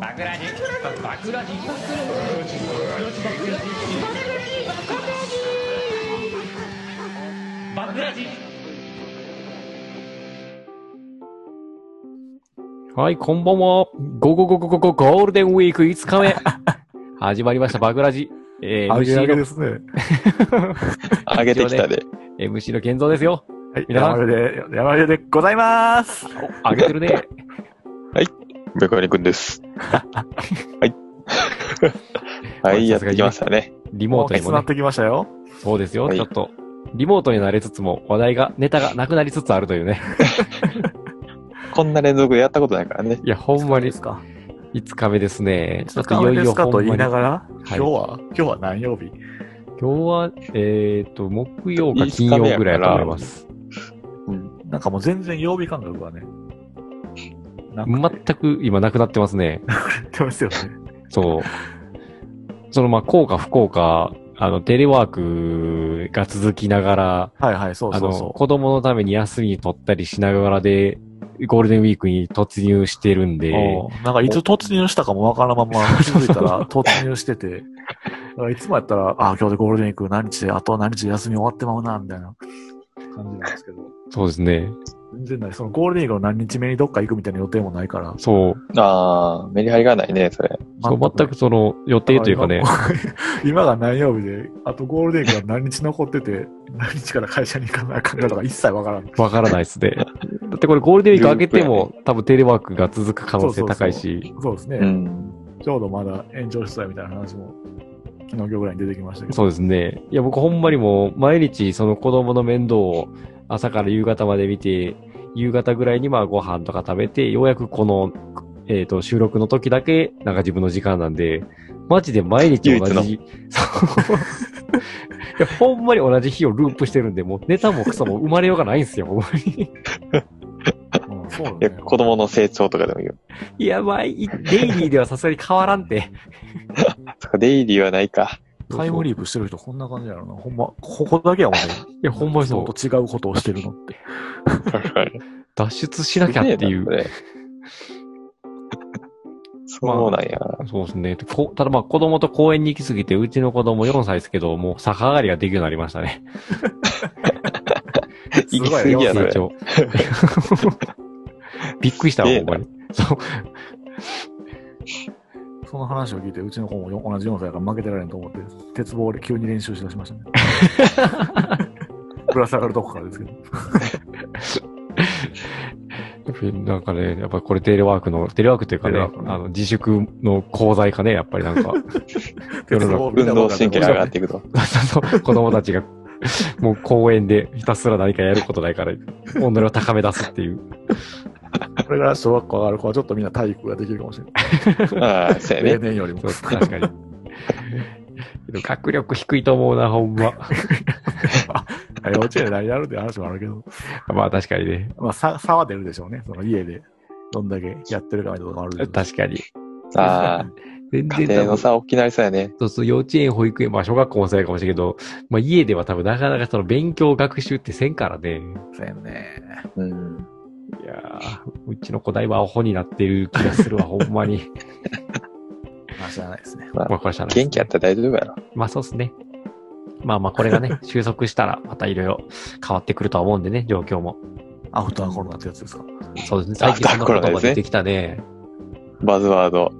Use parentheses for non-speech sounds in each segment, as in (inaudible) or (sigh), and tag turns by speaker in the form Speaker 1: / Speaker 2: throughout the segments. Speaker 1: バクラジバクラジバクラジ
Speaker 2: はい、こんばんは。ゴゴゴゴゴゴゴールデンウィーク5日
Speaker 3: (laughs)
Speaker 2: 目。始まりました、バグラジ。えー、
Speaker 3: あげあ
Speaker 2: MC
Speaker 3: げ
Speaker 2: の、
Speaker 3: ですね。
Speaker 4: 上げてきたで。
Speaker 2: MC の健三ですよ。
Speaker 3: はい、
Speaker 2: 皆さん
Speaker 3: 山上で、山上でございます。
Speaker 2: お、上げてるね。
Speaker 4: メカニ君 (laughs) です。 (laughs) はい。はい、やってきましたね。
Speaker 2: リモ
Speaker 3: も
Speaker 2: ー
Speaker 3: う
Speaker 2: トに
Speaker 3: きつ
Speaker 2: も
Speaker 3: な
Speaker 2: ね
Speaker 3: っ。てきましたよ。
Speaker 2: そうですよ、
Speaker 4: はい
Speaker 2: ちょっと。リモートになりつつも、話題が、ネタがなくなりつつあるというね。
Speaker 4: こんな連続でやったことないからね。
Speaker 2: いや、ほんまに
Speaker 3: です、か。
Speaker 2: 5日目ですね。ちょっとい
Speaker 3: いよ
Speaker 2: よ
Speaker 3: い
Speaker 2: い
Speaker 3: よ
Speaker 2: よ
Speaker 3: ですか
Speaker 2: ほ
Speaker 3: と
Speaker 2: ん
Speaker 3: 言
Speaker 2: ま
Speaker 3: い
Speaker 2: に
Speaker 3: な。がら、
Speaker 2: い
Speaker 3: 今日は、今日は何曜日
Speaker 2: 今日は、えーと、木曜か金曜ぐらいだと思います。
Speaker 4: うん。
Speaker 3: なんかもう全然曜日感覚がね、なんか
Speaker 2: 全く今なくなってますね。
Speaker 3: 言ってますよね。
Speaker 2: そう。その、まあ、効か不効か、あの、テレワークが続きながら、
Speaker 3: はいはい、そう
Speaker 2: あ
Speaker 3: そう
Speaker 2: の、
Speaker 3: そ
Speaker 2: 子供のために休み取ったりしながらで、ゴールデンウィークに突入してるん
Speaker 3: う。
Speaker 2: で、
Speaker 3: うんなんかいつ突入したかもわからんま (laughs) ま気づいたら突入してて、だからいつもやったら、あ、今日でゴールデンウィーク何日で、あと何日で休み終わってまうな、みたいな感じなんですけど、
Speaker 2: そうですね。
Speaker 3: 全然ない。そのゴールデンウィークの何日目にどっか行くみたいな予定もないから、
Speaker 2: そう。
Speaker 4: あー、メリハリがないね、それ。
Speaker 2: そう全くその予定というかね、
Speaker 3: (laughs) 今が何曜日で、あとゴールデンウィークが何日残ってて、 (laughs) 何日から会社に行かなあかんかとか一切わからん。
Speaker 2: わからないっすね。だってこれゴールデンウィーク明けて
Speaker 3: (laughs)
Speaker 2: も、多分テレワークが続く可能性高いし、
Speaker 3: そうですね。
Speaker 4: うん。
Speaker 3: ちょうどまだ炎上したいみたいな話も、昨日今日ぐらいに出てきましたけど。
Speaker 2: そうですね。いや、僕ほんまにもう、毎日その子供の面倒を朝から夕方まで見て、夕方ぐらいにまあご飯とか食べて、ようやくこの、えっ、と、収録の時だけ、なんか自分の時間なんで、マジで毎日同
Speaker 4: 唯
Speaker 2: じ、そう。い (laughs) や、ほんまに同じ日をループしてるんで、もうネタもクソも生まれようがないんですよ、ほんまに。
Speaker 3: うんそう
Speaker 4: い
Speaker 3: だ
Speaker 4: や、
Speaker 3: ね。
Speaker 4: 子供の成長とかでもいいよ。
Speaker 2: いや、まあ、いデイリーではさすがに変わらんて。
Speaker 4: そっか、デイリーはないか。
Speaker 3: タイムリープしてる人こんな感じやろな。ほんま、こ (laughs) こだけやもんね。
Speaker 2: いや、ほんまにそ。
Speaker 3: いうつもと違うことをしてるのって。
Speaker 2: 脱出しなきゃっていう
Speaker 4: す。 (laughs) げえな。それそうなんや。
Speaker 2: そうですね。こただまあ子供と公園に行きすぎて、うちの子供4歳ですけど、もう逆上がりができるようになりましたね。
Speaker 4: 行き過ぎや、そ
Speaker 2: 成
Speaker 4: れ。
Speaker 2: 長。 (laughs) びっくりしたわ、
Speaker 4: ええ
Speaker 2: ほんまに。そう。
Speaker 3: その話を聞いて、うちの子もよ同じ4歳やから負けてられんと思って、鉄棒で急に練習しだしましたね。 (laughs) ぶら下がるとこからですけど。
Speaker 2: なんかね、やっぱこれテレワークの、テレワークというかね、
Speaker 3: テレ
Speaker 2: あ
Speaker 3: ワークの
Speaker 2: の自粛の功罪かね、やっぱりなん
Speaker 3: (laughs)
Speaker 2: か。
Speaker 3: 鉄棒見
Speaker 4: 運
Speaker 3: たことなかっ
Speaker 4: 動
Speaker 3: た
Speaker 4: 神経が上がっていくと。
Speaker 2: そう子供たちが、もう公園でひたすら何かやることないから、己を高め出すっていう。
Speaker 3: これが小学校上がる子はちょっとみんな体育ができるかもしれない。
Speaker 4: ああ、そうや
Speaker 3: 例
Speaker 4: ね。
Speaker 3: 年よりも
Speaker 2: そ。う確
Speaker 3: (laughs)
Speaker 2: かに。でも学力低いと思うな、ほんま。
Speaker 3: 幼稚園で何やるって話もあるけど、
Speaker 2: まあ確かにね。
Speaker 3: まあ差差は出るでしょうね。その家でどんだけやってるかみたいなとこもあるでしょう
Speaker 2: 確かに。
Speaker 4: あ
Speaker 2: 全然
Speaker 4: あ、家庭の
Speaker 2: 多分
Speaker 4: 差大きなりそうやね。
Speaker 2: そうそう、幼稚園、保育園、まあ小学校もそうやかもしれんけど、まあ家では多分なかなかその勉強学習ってせんからね。
Speaker 3: そうやね。
Speaker 4: うん。
Speaker 2: いやーうちの子だいぶアホになってる気がす
Speaker 4: (laughs)
Speaker 2: るわ、ほんまに。
Speaker 3: まあ知らないですね。
Speaker 2: まあこれしゃあないですね
Speaker 4: 元気やったら大丈夫やろ。
Speaker 2: まあそうですね。まあまあこれが
Speaker 4: (laughs)
Speaker 2: ね、収束したらまたいろいろ変わってくるとは思うんでね、状況も。
Speaker 3: アフターコロナってやつですか。
Speaker 2: そうですね、最近そんな言葉出てきたね。
Speaker 4: バズワード。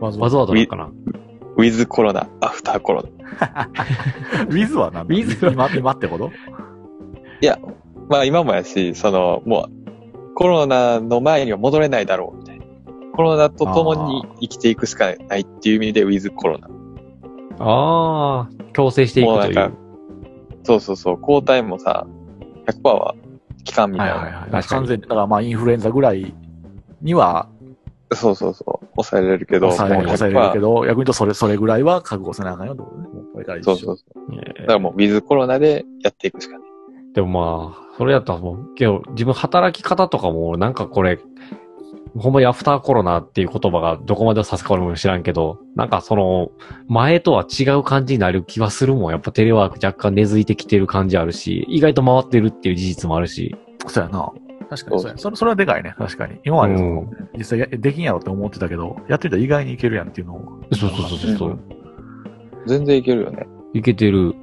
Speaker 3: まず
Speaker 2: わざわざなのかな。
Speaker 4: ウィズコロナ、アフターコロナ。
Speaker 3: ウィズは何だ
Speaker 2: ウィズは
Speaker 3: 今、今ってこと
Speaker 4: まあ今もやし、その、もう、コロナの前には戻れないだろう、みたいな。コロナと共に生きていくしかないっていう意味で、ウィズコロナ。
Speaker 2: ああ、強制していく
Speaker 4: もう
Speaker 2: と
Speaker 4: ないん
Speaker 2: う。
Speaker 4: か、そうそうそう、抗体もさ、100%は期間みたいな。
Speaker 2: 確かに
Speaker 3: 完全に、だからまあインフルエンザぐらいには
Speaker 4: そうそうそう、抑えられるけど、
Speaker 3: 抑え
Speaker 4: もう
Speaker 3: 抑えれるけど、
Speaker 4: ど。
Speaker 3: 逆に言うとそれ、それぐらいは覚悟せなあかんよってことね。もうこれから一
Speaker 4: そ
Speaker 3: 緒
Speaker 4: うそうそう。
Speaker 2: え
Speaker 4: だ
Speaker 2: ー
Speaker 4: からもう、ウィズコロナでやっていくしかない。
Speaker 2: でもまあ、それやったらもう、けど自分働き方とかも、なんかこれ、ほんまにアフターコロナっていう言葉がどこまでを指すか俺も知らんけど、なんかその、前とは違う感じになる気はするもん。やっぱテレワーク若干根付いてきてる感じあるし、意外と回ってるっていう事実もあるし、
Speaker 3: そうやな。確かにそうやそれ。それはでかいね、確かに。今までその、実際やできんやろって思ってたけど、やってみたら意外にいけるやんっていうのを。
Speaker 2: そうそうそうそうそう。
Speaker 4: 全然いけるよね。
Speaker 2: いけてる。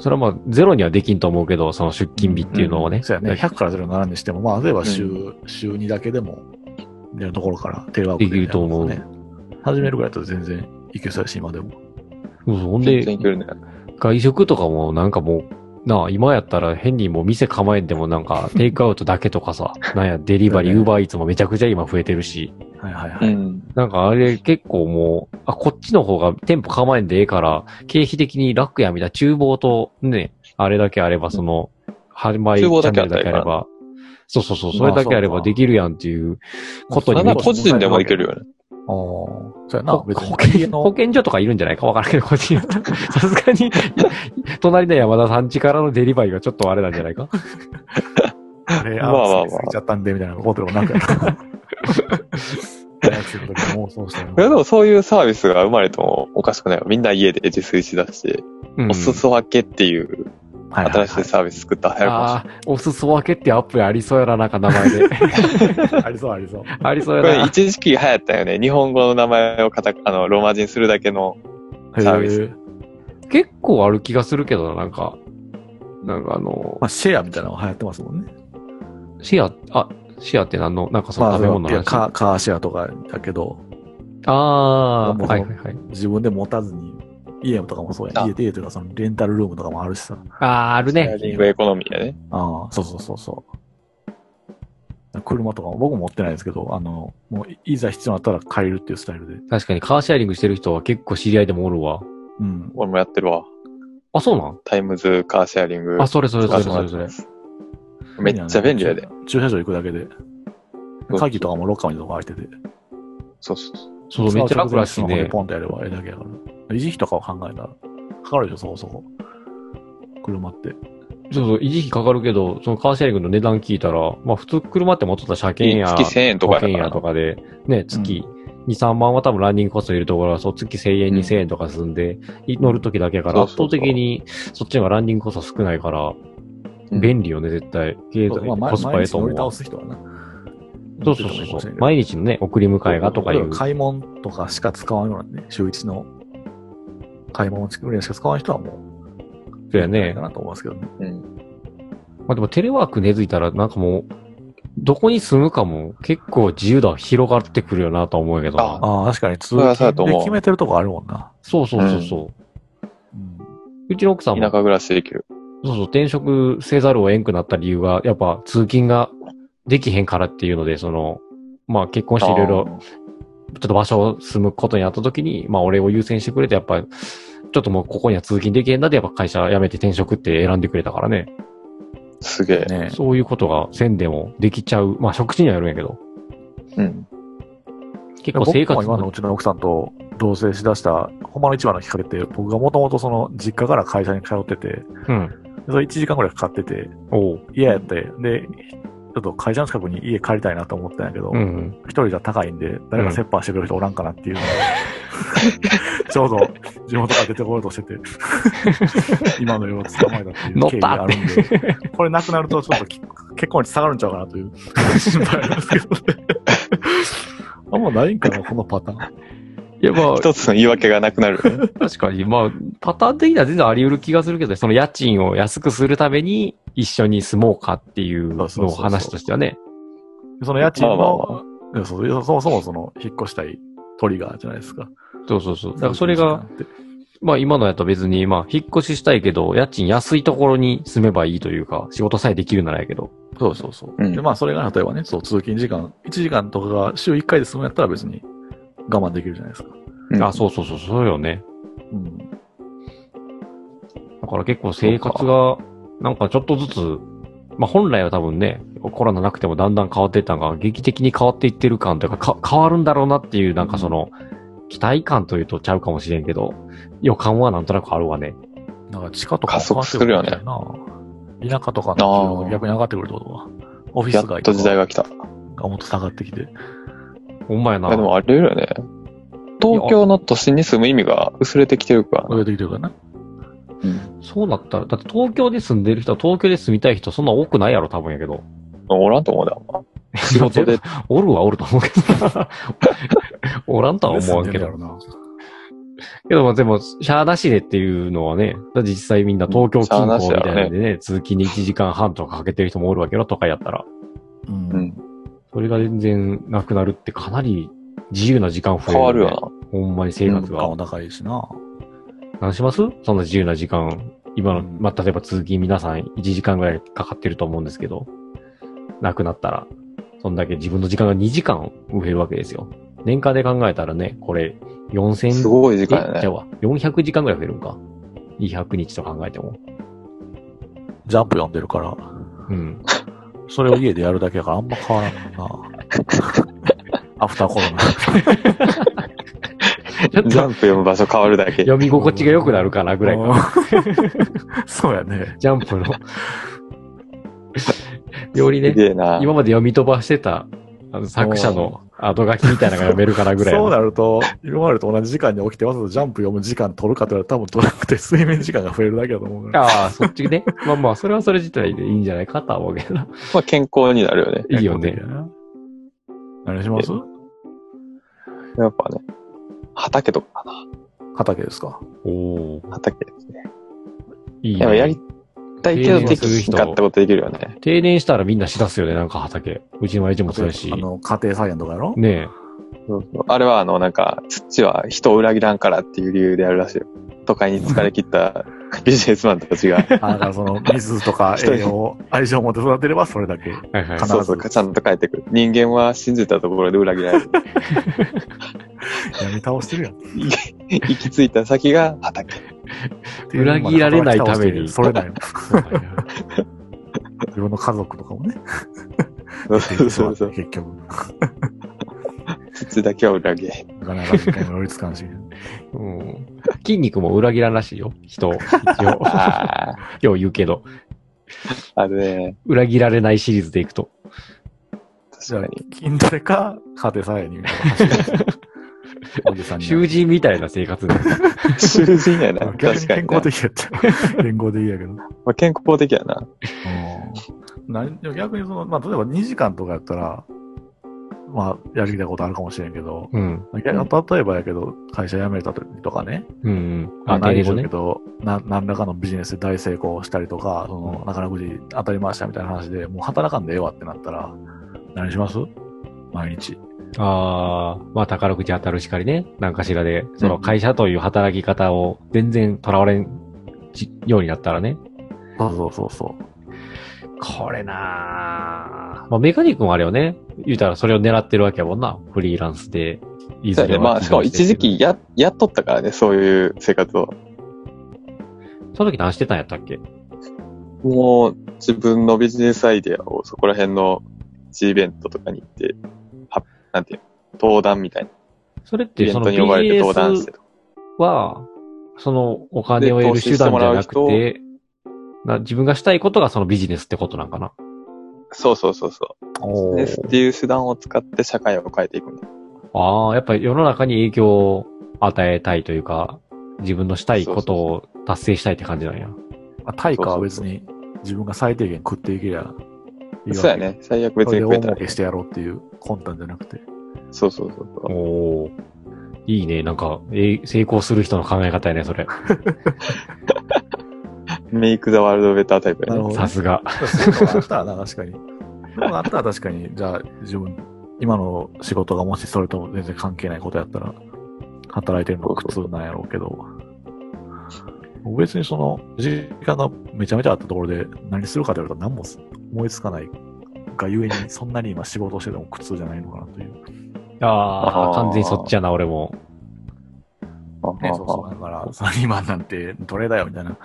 Speaker 2: それはまあ、ゼロにはできんと思うけど、その出勤日っていうのをね。
Speaker 3: そうやね。100から0並んでしても、まあ、例えば週、週2だけでも、出るところからテレワークみたいなの
Speaker 2: でき
Speaker 3: ね。始めるぐらいだったら全然いけそうやし、今でも。
Speaker 2: そうそうほん
Speaker 4: 全
Speaker 2: で
Speaker 4: 然、いけるね。
Speaker 2: 外食とかもなんかもう、なあ、今やったら変にもう店構えんでもなん
Speaker 4: (laughs)
Speaker 2: か、テイクアウトだけとかさ、なんや、デリバリー、ウ
Speaker 3: そ
Speaker 2: ー
Speaker 3: うだ
Speaker 2: バーイーツもめちゃくちゃ今増えてるし、
Speaker 3: はいはいは
Speaker 4: う
Speaker 3: い。
Speaker 4: ん。
Speaker 2: なんかあれ結構もう、あ、こっちの方が店舗構えんでええから、経費的に楽やみたいな、厨房とね、あれだけあれば、その、販売チ
Speaker 4: 厨房
Speaker 2: ャ
Speaker 4: だ
Speaker 2: ン
Speaker 4: け
Speaker 2: ネ
Speaker 4: あっ
Speaker 2: ル
Speaker 4: た
Speaker 2: だ
Speaker 4: らい
Speaker 2: け
Speaker 4: いか
Speaker 2: あ
Speaker 4: ら
Speaker 2: れば、そうそうそう、そ
Speaker 3: まあ
Speaker 2: れだけあれ
Speaker 3: そう
Speaker 2: ば
Speaker 3: か
Speaker 2: できるやんっていうことに
Speaker 4: た
Speaker 2: め
Speaker 4: だ
Speaker 2: っちゃ
Speaker 4: 個人でもいけるよね。
Speaker 3: ああ。そうやな、
Speaker 2: ほ
Speaker 3: 別に
Speaker 2: 保健
Speaker 3: の
Speaker 2: 保健所とかいるんじゃないかわからんけど、こっちに (laughs) さすがに、隣の山田さん家からのデリバリーはちょっとあれなんじゃないか
Speaker 3: あれ、あ
Speaker 4: まあまあまあ
Speaker 3: 過ぎちゃったんで、みたいなホテルもなんかやな。 (laughs) 大学生の時もそうした
Speaker 4: いやでもそういうサービスが生まれてもおかしくないよ。みんな家で自炊しだして、
Speaker 2: うん
Speaker 4: おすそ分けっていう
Speaker 3: はいはいは
Speaker 4: 新
Speaker 3: い
Speaker 4: しいサービス作ったら流行るかもしれない。
Speaker 2: ああ、おすそ分けってアプリありそうやな、なんか名前で。 (laughs)
Speaker 3: ありそうありそう。
Speaker 2: ありそう
Speaker 4: こ
Speaker 2: や
Speaker 4: れ
Speaker 2: な。
Speaker 4: 一時期流行ったよね。日本語の名前をカタあのローマ字にするだけの。サービス
Speaker 3: へえ
Speaker 2: 結構ある気がするけどな、なんか。なんかあの
Speaker 3: ま、あ、シェアみたいなのが流行ってますもんね。
Speaker 2: シェア、あ、シェアって何の、なんかそ
Speaker 3: ま
Speaker 2: の
Speaker 3: あ、
Speaker 2: 食べ物
Speaker 3: い
Speaker 2: の
Speaker 3: や
Speaker 2: 話。
Speaker 3: カーカーシェアとかだけど、
Speaker 2: ああー、
Speaker 3: もう
Speaker 2: はいはいはい。
Speaker 3: 自分で持たずに、家とかもそうや
Speaker 4: あ
Speaker 3: ん。家で家というか、そのレンタルルームとかもあるしさ。
Speaker 2: ああ、ある
Speaker 4: シェア
Speaker 2: ね。
Speaker 4: リングエコノミーやね。
Speaker 3: ああ、そうそうそうそう。車とかも僕も持ってないですけど、あの、もういいざ必要になったら借りるっていうスタイルで。
Speaker 2: 確かにカーシェアリングしてる人は結構知り合いでもおるわ。
Speaker 3: うん。
Speaker 4: 俺もやってるわ。
Speaker 2: あ、そうなん
Speaker 4: タイムズカーシェアリング。
Speaker 2: あ、それそれそ
Speaker 4: 使
Speaker 2: れ
Speaker 4: わせて
Speaker 2: そ
Speaker 4: もら
Speaker 2: れ
Speaker 4: って
Speaker 2: そ
Speaker 4: ま
Speaker 2: れ。
Speaker 4: すめっちゃ便利やで。。
Speaker 3: 駐車場行くだけで
Speaker 4: そう。
Speaker 3: 鍵とかもロッカーにとか開いてて。
Speaker 4: そうそうそう。
Speaker 2: そう、めっちゃ楽らしい
Speaker 3: スマホで
Speaker 2: ね。
Speaker 3: ポンとやればええだけやから。維持費とかを考えたら、かかるでしょ、そこそこ。車って。
Speaker 2: そうそう、維持費かかるけど、そのカーシェアリングの値段聞いたら、まあ普通車って持っとったら車検や、
Speaker 4: 月1000円と
Speaker 2: 保
Speaker 4: かやか
Speaker 2: 険や
Speaker 4: ら
Speaker 2: と。かで、ね、月2、3万は多分ランニングコスト入れるところは、そう、月1000円、
Speaker 4: うん
Speaker 2: 2000円とか済んで、い乗るときだけやから、
Speaker 4: そう
Speaker 2: 圧
Speaker 4: そうそう
Speaker 2: 倒的にそっちの方がランニングコスト少ないから、
Speaker 4: うん
Speaker 2: 便利よね、絶対。経済、
Speaker 3: まあ、
Speaker 2: コスパええと
Speaker 3: 毎日乗
Speaker 2: 思
Speaker 3: り
Speaker 2: う
Speaker 3: 倒
Speaker 2: わ。
Speaker 3: す人はな。
Speaker 2: そうそうそうそう。毎日のね、送り迎えがとかい
Speaker 3: 例え
Speaker 2: う
Speaker 3: ば。買い物とかしか使わんようなね、週一の買い物ぐらいしか使わん人はもう、
Speaker 2: そうやね
Speaker 3: いいんじゃないかなと思いますけどね。
Speaker 4: うん。
Speaker 2: まあでもテレワーク根付いたら、なんかもう、どこに住むかも結構自由度は広がってくるよなとは思うけどな。
Speaker 3: ああ、確かに通
Speaker 4: れはそうやと
Speaker 3: 勤
Speaker 4: 思う
Speaker 3: で決めてるとこあるもんな。
Speaker 2: そうそうそうそう。
Speaker 3: うん
Speaker 2: うちの奥さん
Speaker 4: 田
Speaker 2: も
Speaker 4: 舎、暮らしできる。
Speaker 2: そうそう、転職せざるを得んくなった理由が、やっぱ通勤ができへんからっていうので、その、まあ結婚していろいろ、ちょっと場所を住むことになった時に、まあ俺を優先してくれて、やっぱ、ちょっともうここには通勤できへんなって、やっぱ会社辞めて転職って選んでくれたからね。
Speaker 4: すげえ。
Speaker 3: ね
Speaker 2: そういうことがせんでもできちゃう。まあ職種にはよるんやけど。
Speaker 4: うん。
Speaker 2: 結構生活
Speaker 3: 僕も今のうちの奥さんと同棲しだした、ほんまの一番のきっかけって、僕がもともとその実家から会社に通ってて、で
Speaker 2: うん。
Speaker 3: それ1時間ぐらいかかってて、
Speaker 2: おう。
Speaker 3: 嫌やって、で、ちょっと会社の近くに家借りたいなと思ってたんやけど、一、
Speaker 2: うん。
Speaker 3: 人じゃ高いんで、誰か折半してくれる人おらんかなっていうのが、 (laughs) ちょうど地元から出てこようとして (laughs) て、今の世を捕まえたっていう経緯があるんで、これなくなるとちょっとき結婚率下がるんちゃうかなという心配なんですけどね。あんまないんかな、このパターン。
Speaker 2: いやまあ、
Speaker 4: 一つの言い訳がなくなるよ
Speaker 2: (laughs)
Speaker 4: ね。
Speaker 2: 確かに、まあ、パターン的には全然あり得る気がするけど、その家賃を安くするために一緒に住もうかっていうの
Speaker 3: そうそう
Speaker 2: を
Speaker 3: そうそう
Speaker 2: 話としてはね。
Speaker 3: その家賃
Speaker 4: まあ
Speaker 3: の、いやそうそもそもその、引っ越したいトリガーじゃないですか。
Speaker 2: そうそうそう。だからそれが、、まあ今のやと別に、まあ引っ越ししたいけど、家賃安いところに住めばいいというか、仕事さえできるならやけど。
Speaker 3: そうそうそう。
Speaker 4: うん
Speaker 3: で、まあそれが例えばね、そう、通勤時間、1時間とかが週1回で済むやったら別に我慢できるじゃないですか。
Speaker 2: あ、そうそうそう、そうよね。
Speaker 3: うん。
Speaker 2: だから結構生活が、なんかちょっとずつ、まあ本来は多分ね、コロナなくてもだんだん変わっていったのが、劇的に変わっていってる感というかか、変わるんだろうなっていう、なんかその、期待感というとちゃうかもしれんけど、予感はなんとなくあるわね。
Speaker 3: だから地下とか
Speaker 4: 加速するよね
Speaker 3: 変わってくるみたいな。田舎とかの給料が逆に上がってくるってことは、オフィ
Speaker 4: や
Speaker 3: ス
Speaker 4: っ
Speaker 3: 街
Speaker 4: と
Speaker 3: と
Speaker 4: 時代
Speaker 3: か
Speaker 4: が来た。い
Speaker 3: がもっと下がってきて。
Speaker 2: ほんまやな
Speaker 4: や。でもあれよね。東京の都心に住む意味が薄れてきてるからな。
Speaker 3: 上できてるからな。
Speaker 2: そうなったら、だって東京で住んでる人は東京で住みたい人そんな多くないやろ、多分やけど。
Speaker 4: おらんと思うな。仕事で。
Speaker 2: おるはおると思うけどな。 (laughs) おらんとは思わんけ
Speaker 3: レッ
Speaker 2: ど
Speaker 3: ス。ン出るやろ
Speaker 2: けども、でも、シャアなしでっていうのはね、だって実際みんな東京近郊みたいなんでね、通勤に1時間半とかかけてる人もおるわけよ、都会やったら。
Speaker 3: な
Speaker 4: う
Speaker 3: うん。
Speaker 4: ん。
Speaker 2: それが全然なくなるってかなり自由な時間増える、
Speaker 4: 変わるよ
Speaker 2: な。ほんまに生
Speaker 3: 物
Speaker 2: 活
Speaker 3: 価
Speaker 2: が
Speaker 3: も。高いしな。
Speaker 2: 何しますそんな自由な時間。今の、
Speaker 3: うん
Speaker 2: まあ、例えば通勤皆さん1時間ぐらいかかってると思うんですけど、なくなったら、そんだけ自分の時間が2時間増えるわけですよ。年間で考えたらね、これ4000、
Speaker 4: (laughs) すごい時間
Speaker 2: え
Speaker 4: や
Speaker 2: じゃ
Speaker 4: ね。
Speaker 2: あわ400時間ぐらい増えるんか。200日と考えても。
Speaker 3: ジャンプ読んでるから、
Speaker 4: (laughs)
Speaker 2: うん。
Speaker 3: それを家でやるだけやからあんま変わらん (laughs) もんな。アフターコロナ。
Speaker 2: ちょっと
Speaker 4: ジャンプ読む場所変わるだけ。
Speaker 2: 読み心地が良くなるかなぐらいか。
Speaker 3: (laughs) そうやね。
Speaker 2: ジャンプ
Speaker 4: (laughs)
Speaker 2: の。よりね
Speaker 4: す、げえな。
Speaker 2: 今まで読み飛ばしてたあの作者の後書きみたいなのが読めるかなぐらい
Speaker 3: そう
Speaker 2: の。
Speaker 3: なると、今までと同じ時間に起きて、わざわざジャンプ読む時間取るかと言われたら多分取らなくて、睡眠時間が増えるだけだ
Speaker 2: (laughs)
Speaker 3: と思うから。
Speaker 2: ああ、そっちね。まあまあ、それはそれ自体でいいんじゃないかとは思うけ (laughs) どな。
Speaker 4: まあ健康になるよね。
Speaker 2: いいよね。。
Speaker 3: 何します
Speaker 4: やっぱね。畑とかかな。
Speaker 3: 畑ですか。
Speaker 2: おお
Speaker 4: 畑ですね。
Speaker 2: いい
Speaker 4: やっぱ
Speaker 2: ね
Speaker 4: やりたいけど
Speaker 2: 経営
Speaker 4: で
Speaker 2: する
Speaker 4: き
Speaker 2: 人
Speaker 4: なかったことできるよね。
Speaker 2: 定年したらみんなしだすよね、なんか畑。うちの親父もそうやし
Speaker 3: あ。の、家庭菜園とかやろ (laughs)
Speaker 2: ね
Speaker 4: そうそうあれはあの、なんか、土は人を裏切らんからっていう理由でやるらしいよ。都会に疲れ切ったビジネスマンた (laughs) ちが、
Speaker 3: あだからその、水とか栄養、愛情を持って育てればそれだけ。
Speaker 2: え。はいはい
Speaker 3: 必。ず
Speaker 4: そうそう、ちゃんと帰ってくる。人間は信じたところで裏切られ (laughs) る。
Speaker 3: やみ倒してるやん。
Speaker 4: 行き着いた先が畑。
Speaker 2: 裏切られないために
Speaker 3: それ
Speaker 4: (laughs)
Speaker 3: だよ。
Speaker 2: そうだよね
Speaker 3: 自分の家族とかもね。
Speaker 4: そうそう (laughs) そうそう。
Speaker 3: 結局。
Speaker 4: 土だけは裏切れ。
Speaker 3: なかなか時間も追いつかん
Speaker 4: (laughs)
Speaker 3: し。
Speaker 2: うん。 (laughs) 筋肉も裏切らんらしいよ。人を。一応。 (laughs)
Speaker 4: ああ、
Speaker 2: 今日言うけど。
Speaker 4: あるね。
Speaker 2: 裏切られないシリーズでいくと。
Speaker 4: 確
Speaker 3: じゃ
Speaker 4: か
Speaker 3: あ
Speaker 4: に。、
Speaker 3: 筋トレか、家庭菜園に走る。おじさん
Speaker 4: (laughs)
Speaker 3: になる。
Speaker 2: 囚人みたいな生活で。
Speaker 4: 囚人やな。
Speaker 3: あ
Speaker 4: 確
Speaker 3: 逆に
Speaker 4: かに
Speaker 3: 健
Speaker 4: な。
Speaker 3: 康的や
Speaker 4: (laughs)
Speaker 3: った。健康的やけど。
Speaker 4: まあ、健康的やな。
Speaker 3: 何でも逆にその、まあ、例えば2時間とかやったら、まあ、やりきったことあるかもしれんけど、
Speaker 2: うん。
Speaker 3: いや例えばやけど、会社辞めた時とかね、
Speaker 2: うんうん。
Speaker 3: まあ、ない
Speaker 2: 英
Speaker 3: でし
Speaker 2: 語
Speaker 3: ょうけ。ど、な何らかのビジネスで大成功したりとか、その、なかなか時当たりましたみたいな話で、もう働かんでええわってなったら、何します毎日。
Speaker 2: ああ、まあ宝くじ当たるしかりね。なんかしらで、その会社という働き方を全然とらわれんじようになったらね。
Speaker 3: そうそうそうそう。
Speaker 2: これなあまあメカニックもあれよね。言うたらそれを狙ってるわけやもんな。フリーランスで。い
Speaker 4: そうやね。まあ、しかも一時。
Speaker 2: いずれは
Speaker 4: 期や、やっとったからね、そういう生活を。
Speaker 2: その時何してたんやったっけ
Speaker 4: もう、自分のビジネスアイデアをそこら辺の一イベントとかに行って、は、なんていうの登壇みたいな。
Speaker 2: それっ
Speaker 4: イベ
Speaker 2: て
Speaker 4: ン
Speaker 2: そ
Speaker 4: ト
Speaker 2: の
Speaker 4: に呼ばれて登壇して
Speaker 2: BS
Speaker 4: とか。
Speaker 2: は、そのお金を得る手段じゃなく
Speaker 4: で投資してもら
Speaker 2: て、な自分がしたいことがそのビジネスってことなんかな。
Speaker 4: そうそうそうそう。
Speaker 3: お
Speaker 4: ビジネスっていう手段を使って社会を変えていくんだ。
Speaker 2: ああ、やっぱり世の中に影響を与えたいというか、自分のしたいことを達成したいって感じなんや。
Speaker 3: まあ、対価は別に自分が最低限食っていけりゃいいわけ
Speaker 4: そうや。ね。最悪別
Speaker 3: そ
Speaker 4: に
Speaker 3: れで
Speaker 4: 食え
Speaker 3: 大
Speaker 4: たら
Speaker 3: 儲。けしてやろうっていう魂胆じゃなくて。
Speaker 4: そうそうそうそう。
Speaker 2: おお、いいね。なんか、え成功する人の考え方やね、それ。
Speaker 4: メイク・ザ・ワールド・ベタータイプや
Speaker 3: なる
Speaker 4: ね
Speaker 3: ほ。ど
Speaker 2: さすが。
Speaker 3: そういうのがあったら (laughs) な、確かに。そういうのがあったら確かに、じゃあ自分、今の仕事がもしそれと全然関係ないことやったら、働いてるのが苦痛なんやろうけど。別にその、時間がめちゃめちゃあったところで何するかと言われたら何も思いつかないがゆえに、そんなに今仕事をしてても苦痛じゃないのかなという。
Speaker 2: あ
Speaker 4: あ
Speaker 2: あ、
Speaker 4: ー
Speaker 2: 完全にそっちやな、俺も。
Speaker 3: ね、そうそう。だから、サラリーマンなんて奴隷だよみたいな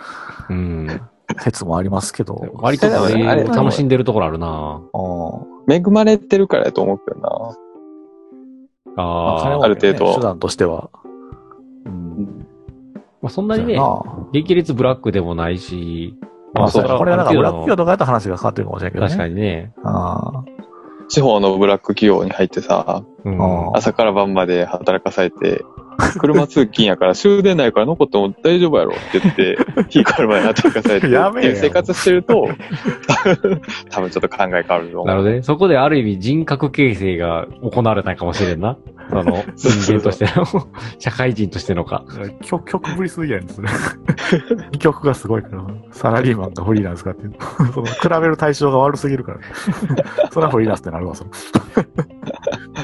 Speaker 2: うん。
Speaker 3: 説もありますけど。
Speaker 2: 割と
Speaker 4: そうだねあれ
Speaker 2: 楽しんでるところあるな。
Speaker 3: あー
Speaker 4: 恵まれてるからやと思うけどな。
Speaker 3: まあ
Speaker 2: あ
Speaker 3: 金
Speaker 2: あ、
Speaker 3: は
Speaker 4: ある程度
Speaker 3: ね手段としては。うん。
Speaker 2: まあ、そんなにね
Speaker 3: そうや、な
Speaker 2: 激烈ブラックでもないし、
Speaker 3: まあ、そう
Speaker 2: れ
Speaker 3: か。
Speaker 2: は
Speaker 3: これはなんか、
Speaker 2: あ
Speaker 3: ブ
Speaker 2: る
Speaker 3: ラ
Speaker 2: 程度
Speaker 3: ック
Speaker 2: の
Speaker 3: 企業とかやったら話が変わってるかもしれんけどね。
Speaker 2: 確か
Speaker 3: に。
Speaker 2: にね。
Speaker 3: あ
Speaker 4: 地方のブラック企業に入ってさ、
Speaker 2: うん。
Speaker 3: あー
Speaker 4: 朝から晩まで働かされて、車通勤やから終電ないから残っても大丈夫やろって
Speaker 3: (laughs)
Speaker 4: 言って、火車に当てかされて、って
Speaker 3: やべえ
Speaker 4: い
Speaker 3: よ
Speaker 4: う生活してると、 (laughs) 多分ちょっと考え変わると
Speaker 2: なる
Speaker 4: 思
Speaker 2: ほど
Speaker 4: う。
Speaker 2: ね。そこである意味人格形成が行われたかもしれん
Speaker 3: (laughs)
Speaker 2: な。あの、
Speaker 4: そう
Speaker 2: 人
Speaker 4: そうそ
Speaker 2: 間
Speaker 4: う
Speaker 2: としての、 (laughs) 社会人としてのか。
Speaker 3: (laughs) 曲、曲振りすぎやねん、それ。 (laughs) 曲がすごいから、サラリーマンかフリーランスかっていう。 (laughs) その、比べる対象が悪すぎるから。 (laughs) それはフリーランスってなるわ、それ。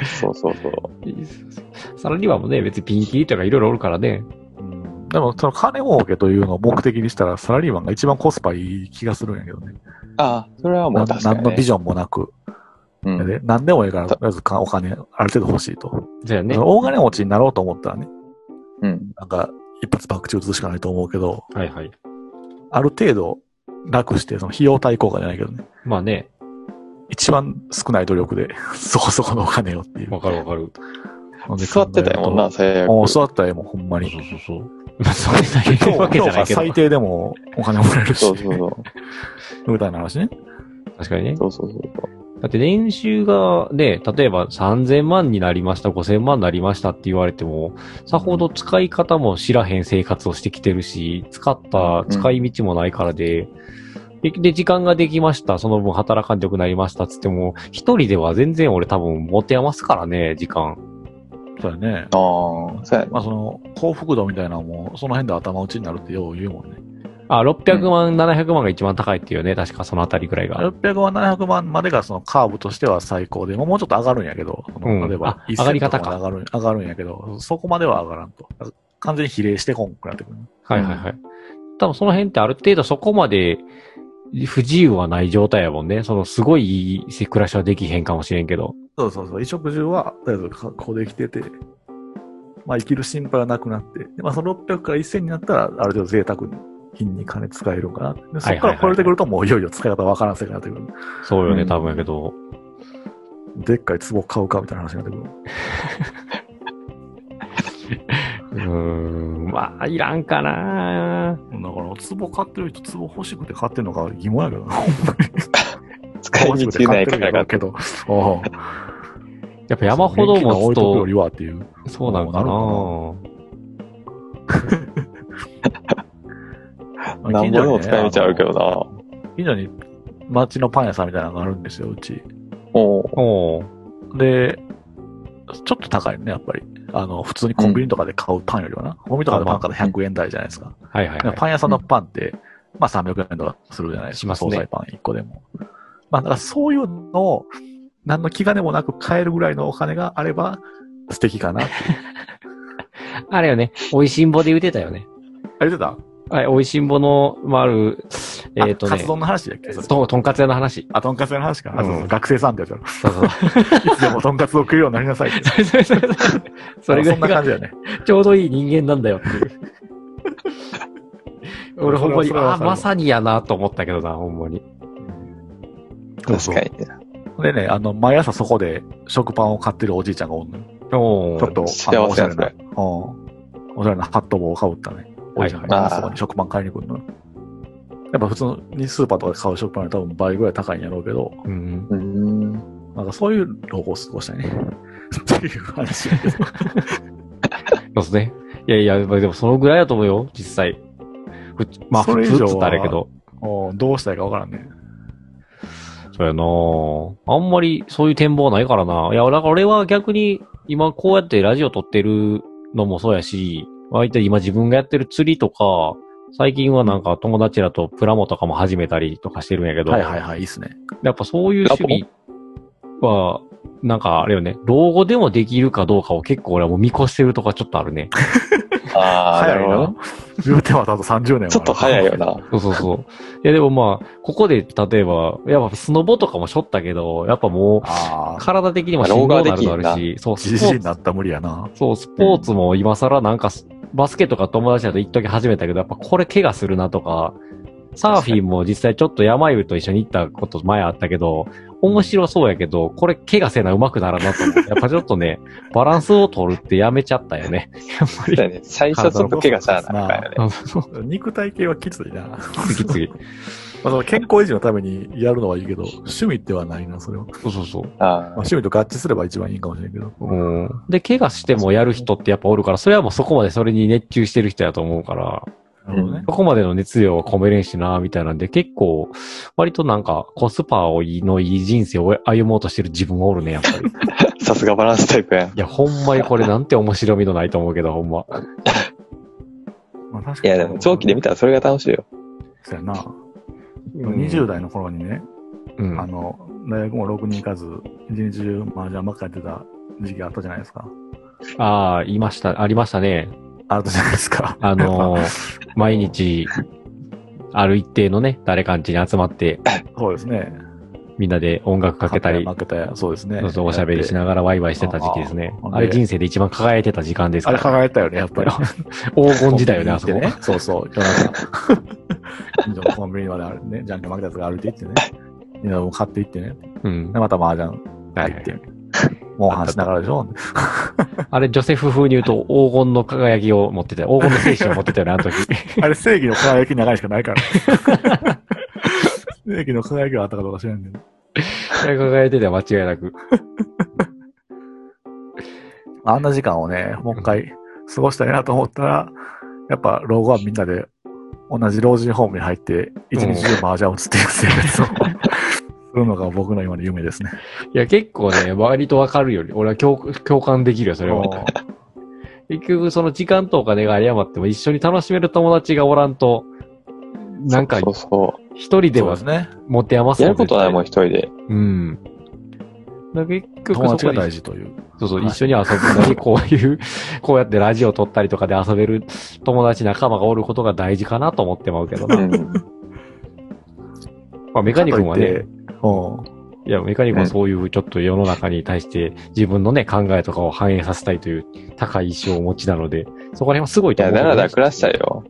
Speaker 4: そうそうそう。
Speaker 2: サラリーマンもね、別にピンキリとかいろいろおるからね。
Speaker 3: うんでも、その金儲けというのを目的にしたら、サラリーマンが一番コスパいい気がするんやけどね。
Speaker 4: ああ、それはも
Speaker 3: な
Speaker 4: う確か
Speaker 3: 何
Speaker 4: に、
Speaker 3: のビ
Speaker 4: ね。
Speaker 3: ジョンもなく。
Speaker 4: うん
Speaker 3: で何でもええから、とりあえずかお金、ある程度欲しいと。
Speaker 2: じゃあね。
Speaker 3: 大金持ちになろうと思ったらね、
Speaker 4: うん。
Speaker 3: なんか、一発爆打つしかないと思うけど、
Speaker 2: はいはい。
Speaker 3: ある程度、楽して、その費用対効果じゃないけどね。
Speaker 2: まあね、
Speaker 3: 一番少ない努力で、 (laughs) そこそこのお金をっていう。
Speaker 2: わかるわかる。
Speaker 4: 座ってたよもんな、最悪。
Speaker 3: もう座ったらええもん、ほんま
Speaker 2: そう
Speaker 3: に。
Speaker 2: そうそう。まあ、それだけ
Speaker 3: 今
Speaker 2: 言うわ
Speaker 3: 日
Speaker 2: けじゃない
Speaker 3: が
Speaker 2: けど。
Speaker 3: 最低でもお金もらえるし
Speaker 4: そ、うそうそう。
Speaker 3: みたいな話ね。
Speaker 2: 確かにね。
Speaker 4: そうそうそうそう。
Speaker 2: だって年収がね、例えば3000万になりました、5000万になりましたって言われても、さほど使い方も知らへん生活をしてきてるし、使った使い道もないからで、でで、時間ができました、その分働かんでよくなりましたっつっても、一人では全然俺多分持て余すからね、時間。
Speaker 3: そうだね。
Speaker 4: ああ、そうやね。
Speaker 3: まあその、幸福度みたいなのも、その辺で頭打ちになるってよう言うもんね。
Speaker 2: あ、600万、700万が一番高いっていうね、確かそのあたりくらいが。
Speaker 3: 600万、700万までがそのカーブとしては最高で、もうもうちょっと上がるんやけど、その
Speaker 2: うん
Speaker 3: 例えば
Speaker 2: あ
Speaker 3: 1000
Speaker 2: 上がり方か
Speaker 3: とまで上がる上がるんやけど、そこまでは上がらんと。完全に比例してこんくなってくる。
Speaker 2: はいはいはい。多分その辺ってある程度そこまで不自由はない状態やもんね。そのすごいいい暮らしはできへんかもしれんけど。
Speaker 3: そうそうそう。衣食住は、とりあえず確保できてて、まあ生きる心配はなくなって、でまあその600から1000になったら、ある程度贅沢に、金に金使えるかな。でそこから超えてくると、もういよいよ使い方わからんせいになってくる。
Speaker 2: そうよね、
Speaker 4: うん
Speaker 2: 多分やけど。
Speaker 3: でっかい壺買うかみたいな話になってくる。
Speaker 2: うーん、まあ、いらんかな
Speaker 3: だから、壺買ってる人、壺欲しくて買ってるのか疑問やけどな。
Speaker 4: 使い道ないから
Speaker 3: 買
Speaker 4: が
Speaker 3: っ。てるけど。ああ
Speaker 2: やっぱ山ほど
Speaker 3: 現金が置
Speaker 2: 持つ
Speaker 3: いとくよ
Speaker 2: と
Speaker 3: り、はっていう。
Speaker 2: そうなんかな
Speaker 4: なんぼでも使い道あるけど
Speaker 3: な。
Speaker 4: な。
Speaker 3: 近所に町のパン屋さんみたいなのがあるんですよ、うち。
Speaker 4: おう
Speaker 2: おう
Speaker 3: で、ちょっと高いね、やっぱり。あの、普通にコンビニとかで買うパンよりはな。コンビニとかでパン買ったら100円台じゃないですか。
Speaker 2: はいはい、はい。
Speaker 3: パン屋さんのパンって、まあ300円とかするじゃないです
Speaker 2: し
Speaker 3: か。
Speaker 2: ますね
Speaker 3: 惣菜パン1個でも。まあだからそういうのを、何の気兼ねもなく買えるぐらいのお金があれば、素敵かな。
Speaker 2: あれよね、美味しんぼで言うてたよね。
Speaker 3: あれ出た
Speaker 2: はい、美味しんぼの、まあ、ある、えっ、と
Speaker 3: あカ
Speaker 2: ね
Speaker 3: ツ、丼の話だっけそれ
Speaker 2: と、とんかつ屋の
Speaker 3: (laughs)
Speaker 2: 話。
Speaker 3: あ、とんかつ屋の話か。あ、そうそう
Speaker 2: うん
Speaker 3: 学生さんってやつやろ。
Speaker 2: そうそう。
Speaker 3: (laughs) いつでもとんかつを食うようになりなさいって。
Speaker 2: それそれそれ (laughs) それぐらい
Speaker 3: そんな
Speaker 2: が
Speaker 3: 感じだよね。
Speaker 2: ちょうどいい人間なんだよっていう。 (laughs) 俺ほんまに、
Speaker 3: それは
Speaker 2: ああ、
Speaker 3: それは
Speaker 2: まさにやなと思ったけどな、ほんまに。
Speaker 4: 確かにね。
Speaker 3: でね、あの、毎朝そこで食パンを買ってるおじいちゃんがおんのよ
Speaker 2: お
Speaker 3: ちょっと、
Speaker 4: 幸
Speaker 3: あ
Speaker 4: せ
Speaker 3: のおしゃれな、
Speaker 4: や
Speaker 3: うん。おしゃれなハット帽をかぶったね。
Speaker 2: は
Speaker 3: お
Speaker 2: い
Speaker 3: い
Speaker 2: はい
Speaker 3: そこに食パン買いに来るのよ。やっぱ普通にスーパーとかで買う食パンより多分倍ぐらい高いんやろうけど、
Speaker 2: うん。
Speaker 4: うーん。
Speaker 3: なんかそういう老後を過ごしたいね。っていう話やけど。
Speaker 4: (laughs)
Speaker 2: そうですね。いやいや、まあでもそのぐらいだと思うよ、実際。ふまあ、
Speaker 3: そ
Speaker 2: 普
Speaker 3: れ以
Speaker 2: 通っ
Speaker 3: 上は
Speaker 2: つったらあれやけど。
Speaker 3: おうどうしたいかわからんね。
Speaker 2: そうやなああんまりそういう展望ないからな。いや、だから俺は逆に、今こうやってラジオ撮ってるのもそうやし、割と今自分がやってる釣りとか、最近はなんか友達らとプラモとかも始めたりとかしてるんやけど。
Speaker 3: はいはいはい、いいっすね。
Speaker 2: やっぱそういう趣味は、なんかあれよね、老後でもできるかどうかを結構俺はもう見越してるとかちょっとあるね。
Speaker 4: ああ、な
Speaker 3: 早
Speaker 4: る
Speaker 3: い
Speaker 4: ほ
Speaker 3: な
Speaker 4: ど。。
Speaker 3: 言うてまたあと30年は
Speaker 4: ちょっと早いよな。。
Speaker 2: そうそうそう。 (laughs) いやでもまあ、ここで例えば、やっぱスノボとかもしょったけど、やっぱも
Speaker 3: あ
Speaker 2: う
Speaker 3: あ、
Speaker 2: 体的にもしんどくなるのあるし、そう、
Speaker 3: じ
Speaker 2: スポ
Speaker 3: じい
Speaker 2: ー
Speaker 3: にな
Speaker 2: ツ、
Speaker 3: ったら無理や
Speaker 4: (laughs)
Speaker 3: な。
Speaker 2: そう、スポーツも今更なんかす、バスケとか友達だと一時始めたけど、やっぱこれ怪我するなとか、サーフィンも実際ちょっと山湯と一緒に行ったこと前あったけど、面白そうやけど、これ怪我せな上手くならんなと思って、やっぱちょっとね、 (laughs) バランスを取るってやめちゃったよね。やっぱ
Speaker 4: そう
Speaker 2: り。
Speaker 4: やね最初ちょっと怪我したらなあかんよね。
Speaker 2: あそう
Speaker 3: (laughs) 肉体系はきついな。
Speaker 2: 次々。
Speaker 3: まあ、その健康維持のためにやるのはいいけど、趣味ではないな、それは。ま
Speaker 2: そうそうそう。
Speaker 3: あ
Speaker 4: あ
Speaker 3: 趣味と合致すれば一番いいかもしれんけど。
Speaker 2: うん。で、怪我してもやる人ってやっぱおるから、それはもうそこまでそれに熱中してる人やと思うから、
Speaker 3: なるほどね
Speaker 2: そ。こまでの熱量は込めれんしな、みたいなんで、結構、割となんか、コスパをいいのいい人生を歩もうとしてる自分がおるね、やっぱり。い
Speaker 4: あ。さすがバランスタイプやん。
Speaker 2: や、ほんまにこれなんて面白みのないと思うけど、ほんま。
Speaker 3: まあ、確
Speaker 4: い
Speaker 3: かに
Speaker 4: や、でも長期で見たらそれが楽しいよ。
Speaker 3: そうやな。
Speaker 2: うん
Speaker 3: 20代の頃にね、
Speaker 2: うん。
Speaker 3: あの、大学もろくに行かず、一日中麻雀ばっかやってた時期があったじゃないですか。
Speaker 2: ああ、いました、ありましたね。
Speaker 3: あったじゃないですか。
Speaker 2: あのー毎日、ある一定のね、誰かんちに集まって、
Speaker 3: そうですね。
Speaker 2: みんなで音楽かけたり、
Speaker 3: 負けたや、そうですね。
Speaker 2: そうそうおしゃべりしながらワイワイしてた時期ですね。
Speaker 3: あー
Speaker 2: あれ人生で一番輝いてた時間ですか
Speaker 3: あれ
Speaker 2: ら。
Speaker 3: 輝いたよね、やっぱり。 (laughs)
Speaker 2: 黄金時代よね、あそ
Speaker 3: コ
Speaker 2: こ
Speaker 3: ンビニ。行ってね。そ
Speaker 2: (laughs)
Speaker 3: うそう、夜中。近所のコンビニまであるね、じゃんけん負けたやつが歩いて行ってね。みんなも買って行ってね。
Speaker 2: うん
Speaker 3: で、。また麻雀
Speaker 2: は
Speaker 3: 入
Speaker 2: い
Speaker 3: って。もう話しながらでしょ。
Speaker 2: あれ、ジョセフ風に言うと黄金の輝きを持ってた
Speaker 4: (laughs)
Speaker 2: よ。黄金の精神を持ってたよね、あの時。
Speaker 3: あれ、正義の輝き長いしかないから。 (laughs) 正義の輝きがあったかどうか知らんけど。
Speaker 2: 輝いてたよ、間違いなく。
Speaker 3: あんな時間をね、もう一回過ごしたいなと思ったら、やっぱ老後はみんなで同じ老人ホームに入って、一日中麻雀を打つっていう生活 (laughs) をするのが僕の今の夢ですね。
Speaker 2: いや、結構ね、割とわかるより、俺は共共感できるよ、それは。結局、その時間とお金が誤っても一緒に楽しめる友達がおらんと、なんか
Speaker 4: そ、うそ
Speaker 2: 一人では
Speaker 3: すね。
Speaker 2: 持て余
Speaker 4: う。
Speaker 2: す
Speaker 4: やることないもん、
Speaker 2: ん。
Speaker 4: 一人で。
Speaker 2: うん。だから結局
Speaker 3: 友
Speaker 2: そ
Speaker 3: 達
Speaker 2: こ
Speaker 3: が
Speaker 2: で
Speaker 3: 大事という。
Speaker 2: そうそう、
Speaker 3: はい
Speaker 2: 一緒に遊ぶ
Speaker 4: (laughs)
Speaker 2: のに、こういう、こうやってラジオ撮ったりとかで遊べる友達仲間がおることが大事かなと思ってまうけど
Speaker 4: う (laughs)
Speaker 2: な。
Speaker 4: ん。
Speaker 2: まあ、メカニ君はね、
Speaker 3: うん。
Speaker 2: いや、メカニ君はそういうちょっと世の中に対して自分のね、考えとかを反映させたいという高い意志をお持ちなので、そこら辺はすごい
Speaker 4: い
Speaker 2: と
Speaker 4: や、
Speaker 2: 思うけ
Speaker 4: だ
Speaker 2: どね。
Speaker 4: らだら暮らしたいよ。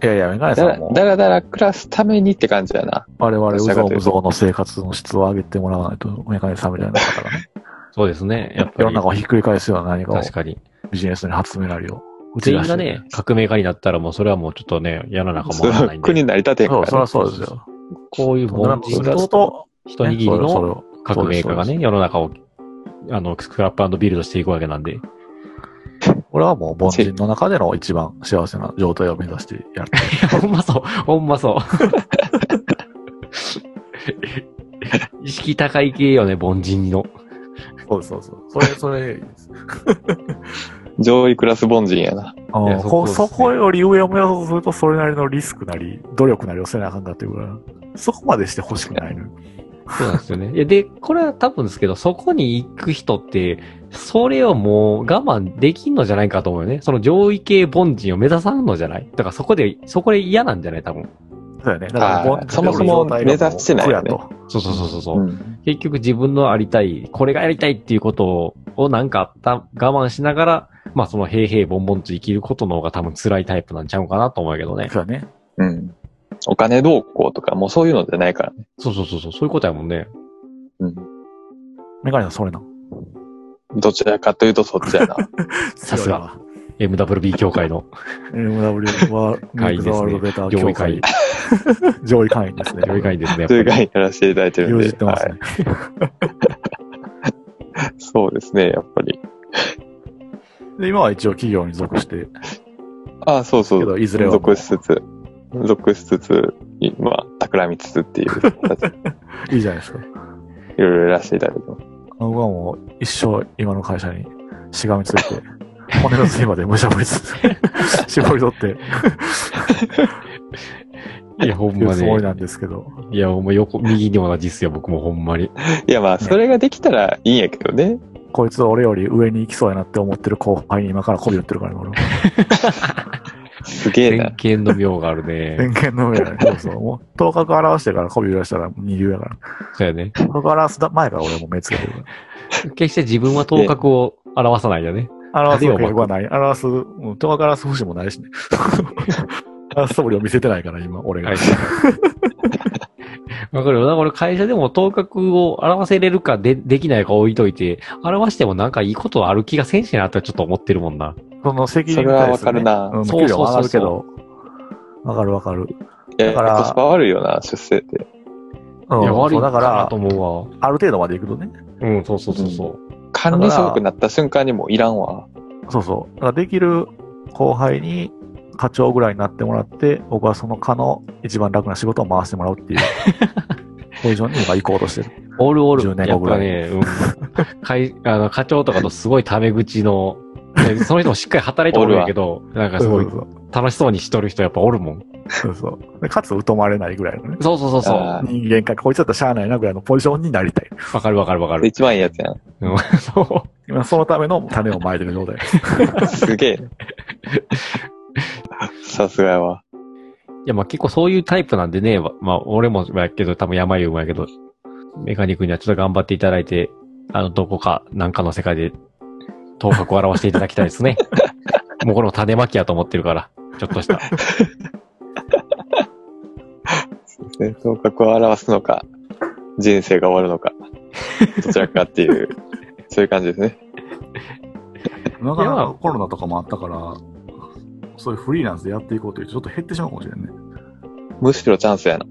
Speaker 3: いやいや、メガネ
Speaker 4: だ
Speaker 3: さ
Speaker 4: ら
Speaker 3: んも、
Speaker 4: だらだら暮らすためにって感じだな。
Speaker 3: 我々、うぞうむぞうの生活の質を上げてもらわないと、メガネさんみたいな方がね、
Speaker 2: そうですね。やっぱ
Speaker 3: 世の
Speaker 2: り。
Speaker 3: 中をひっくり返すような何かを
Speaker 2: 確かに。
Speaker 3: ビジネスに発明なりを打ち
Speaker 2: 全
Speaker 3: 出
Speaker 2: 員
Speaker 3: して
Speaker 2: が
Speaker 3: る。
Speaker 2: ね、革命家になったらもうそれはもうちょっとね、世の中もらないん
Speaker 4: 国
Speaker 2: で。
Speaker 4: 成り立てんか
Speaker 3: そう、
Speaker 4: ら。
Speaker 3: そりゃそうですよ。
Speaker 2: こういう
Speaker 3: そんな
Speaker 2: 凡
Speaker 3: こと
Speaker 2: 人
Speaker 3: する
Speaker 2: と
Speaker 3: と、
Speaker 2: 一握り
Speaker 3: ねそれ
Speaker 2: の
Speaker 3: を
Speaker 2: 革命家がね、世の中を、あの、スクラップビルドしていくわけなんで。 (laughs)
Speaker 3: 俺はもう凡人の中での一番幸せな状態を目指してやる。
Speaker 2: ほんまそう、ほんまそう。意識高い系よね、凡人の。
Speaker 3: そうそうそう。それ、それ、
Speaker 4: 上位クラス凡人やな。
Speaker 3: あ
Speaker 2: いや
Speaker 3: の
Speaker 2: そ
Speaker 3: こ
Speaker 2: こ
Speaker 3: う
Speaker 2: です
Speaker 3: そ
Speaker 2: ね
Speaker 3: こより上を目指すと、それなりのリスクなり、努力なりをせなあかんかっていうぐらい、そこまでしてほしくないのよ。
Speaker 2: そうなんですよね。いやで、これは多分ですけど、そこに行く人って、それをもう我慢できんのじゃないかと思うよね。その上位系凡人を目指さんのじゃないだからそこで、そこで嫌なんじゃない多分。
Speaker 3: そうだよね。だから凡人
Speaker 4: そもそも目指してないよね
Speaker 3: 苦やと
Speaker 2: そうそうそうそうそう。
Speaker 4: うん。
Speaker 2: 結局自分のありたい、これがやりたいっていうことを、をなんかあった、我慢しながら、まあその平々凡々と生きることの方が多分辛いタイプなんちゃうかなと思うけどね。
Speaker 3: そうだね。
Speaker 4: うん。お金どうこうとか、もうそういうのじゃないからね。
Speaker 2: そうそうそうそう、そういうことやもんね。
Speaker 4: うん。
Speaker 3: メガネさんそれな。
Speaker 4: どちらかというとそっち (laughs) やな。
Speaker 2: さすが。MWB 協会の
Speaker 3: MW は、
Speaker 2: 会員
Speaker 3: ミ
Speaker 2: ですね
Speaker 3: クザワールドベーター
Speaker 2: 上
Speaker 3: 協
Speaker 2: 位会員
Speaker 3: 会。 (laughs) 上位会員ですね。
Speaker 2: 上位会員ですね。やっぱ
Speaker 4: とい
Speaker 2: り
Speaker 4: う概念やらせていただいてるん
Speaker 3: 用
Speaker 4: で。
Speaker 3: 事ってますね。
Speaker 4: はい。そうですね、やっぱり。
Speaker 3: で、今は一応企業に属して、
Speaker 4: ああ、そうそ
Speaker 3: け
Speaker 4: う。
Speaker 3: ど、いずれはも
Speaker 4: 属しつつ、属しつつ、いまあ、企みつつっていう
Speaker 3: (laughs)
Speaker 4: 形、
Speaker 3: う、いいじゃないですか。
Speaker 4: いろいろやらせていただいてます。
Speaker 3: 僕はもう、一生今の会社にしがみついて、 (laughs) 骨の髄までむしゃぶりつつ、 (laughs) 絞り取って、
Speaker 2: いや、ほん
Speaker 3: いう
Speaker 2: ま
Speaker 3: つもり
Speaker 2: ね。
Speaker 3: なんですけど。
Speaker 2: いや、もう横、右にも同じっすよ、僕もほんまに。
Speaker 4: いや、まあ、それができたらいいんやけどね。
Speaker 3: こいつ俺より上に行きそうやなって思ってる後輩に今から媚び売ってるからね、俺は。
Speaker 4: すげえな
Speaker 2: 偏。見の妙があるね。
Speaker 3: 偏見の上やね。そうそう。もう、頭角表してから媚び売らしたら二流やから。
Speaker 2: そうやね。
Speaker 3: 頭角表す前から俺も目つけてるから。
Speaker 2: 決して自分は頭角を表さないよね。
Speaker 3: 表す計画はない。表す、うん、頭角表す節もないしね。 (laughs) 表す素振りを見せてないから、今、俺が。
Speaker 2: はいわかるよ。だから俺会社でも頭角を表せれるかで、できないか置いといて、表してもなんかいいことある気がせんしなとはちょっと思ってるもんな。
Speaker 3: その責任
Speaker 4: それはわかるな
Speaker 3: うん、
Speaker 2: そう
Speaker 3: 給
Speaker 2: そ
Speaker 3: 料
Speaker 2: う
Speaker 3: も上
Speaker 2: そ
Speaker 3: が
Speaker 2: う
Speaker 3: るけど。わかるわかる。
Speaker 4: いや、
Speaker 3: だから
Speaker 4: コスパ悪いよな、出世って。
Speaker 3: うん
Speaker 2: いや、悪
Speaker 3: そ
Speaker 2: いう
Speaker 3: だ
Speaker 2: か
Speaker 3: か
Speaker 2: な
Speaker 3: ら
Speaker 2: と、思
Speaker 3: ある程度まで行くとね、
Speaker 2: うわ。うん、そうそうそうそう。
Speaker 4: 管理職になった瞬間にもういらんわ。
Speaker 3: そうそう。だからできる後輩に課長ぐらいになってもらって、僕はその課の一番楽な仕事を回してもらう (laughs) っていうポジションに今行こうとしてる。
Speaker 2: おるおる。
Speaker 3: 10年
Speaker 2: や
Speaker 3: 後
Speaker 2: っ
Speaker 3: ぐ
Speaker 2: ぱ
Speaker 3: らい
Speaker 2: ね、うん。かいあの課長とかとすごいタメ口の、でその人もしっかり働いておるんやけど、なんかすごい
Speaker 3: そう
Speaker 2: 楽しそうにしとる人やっぱおるもん。
Speaker 3: そうそうそうでかつ疎まれないぐらいのね。
Speaker 2: そうそうそうそう。わ
Speaker 4: あ
Speaker 3: 人間か、こいつだったらしゃあないなぐらいのポジションになりたい。
Speaker 2: かるわかるわか
Speaker 4: ー
Speaker 2: る。
Speaker 4: 一番いいやつやん。
Speaker 2: そ
Speaker 3: 今そのための種をま (laughs) いてる状態。
Speaker 4: すげ
Speaker 3: (laughs)
Speaker 4: え。さすがやわ。
Speaker 2: う。いや、まあ結構そういうタイプなんでね、まあ俺もやけど、多分山優もやけど、メカニックにはちょっと頑張っていただいて、あの、どこか、なんかの世界で、頭角を現していただきたいですね。 (laughs) もうこれも種まきやと思ってるから、ちょっと (laughs) した。
Speaker 4: ね頭角を表すのか、人生が終わるのか、どちらかっていう、そういう感じですね。
Speaker 3: ないかな
Speaker 2: や
Speaker 3: かコロナとかもあったから、そういうフリーランスでやっていこうという人ちょっと減ってしまうかもしれんね。
Speaker 4: むしろチャンスやな。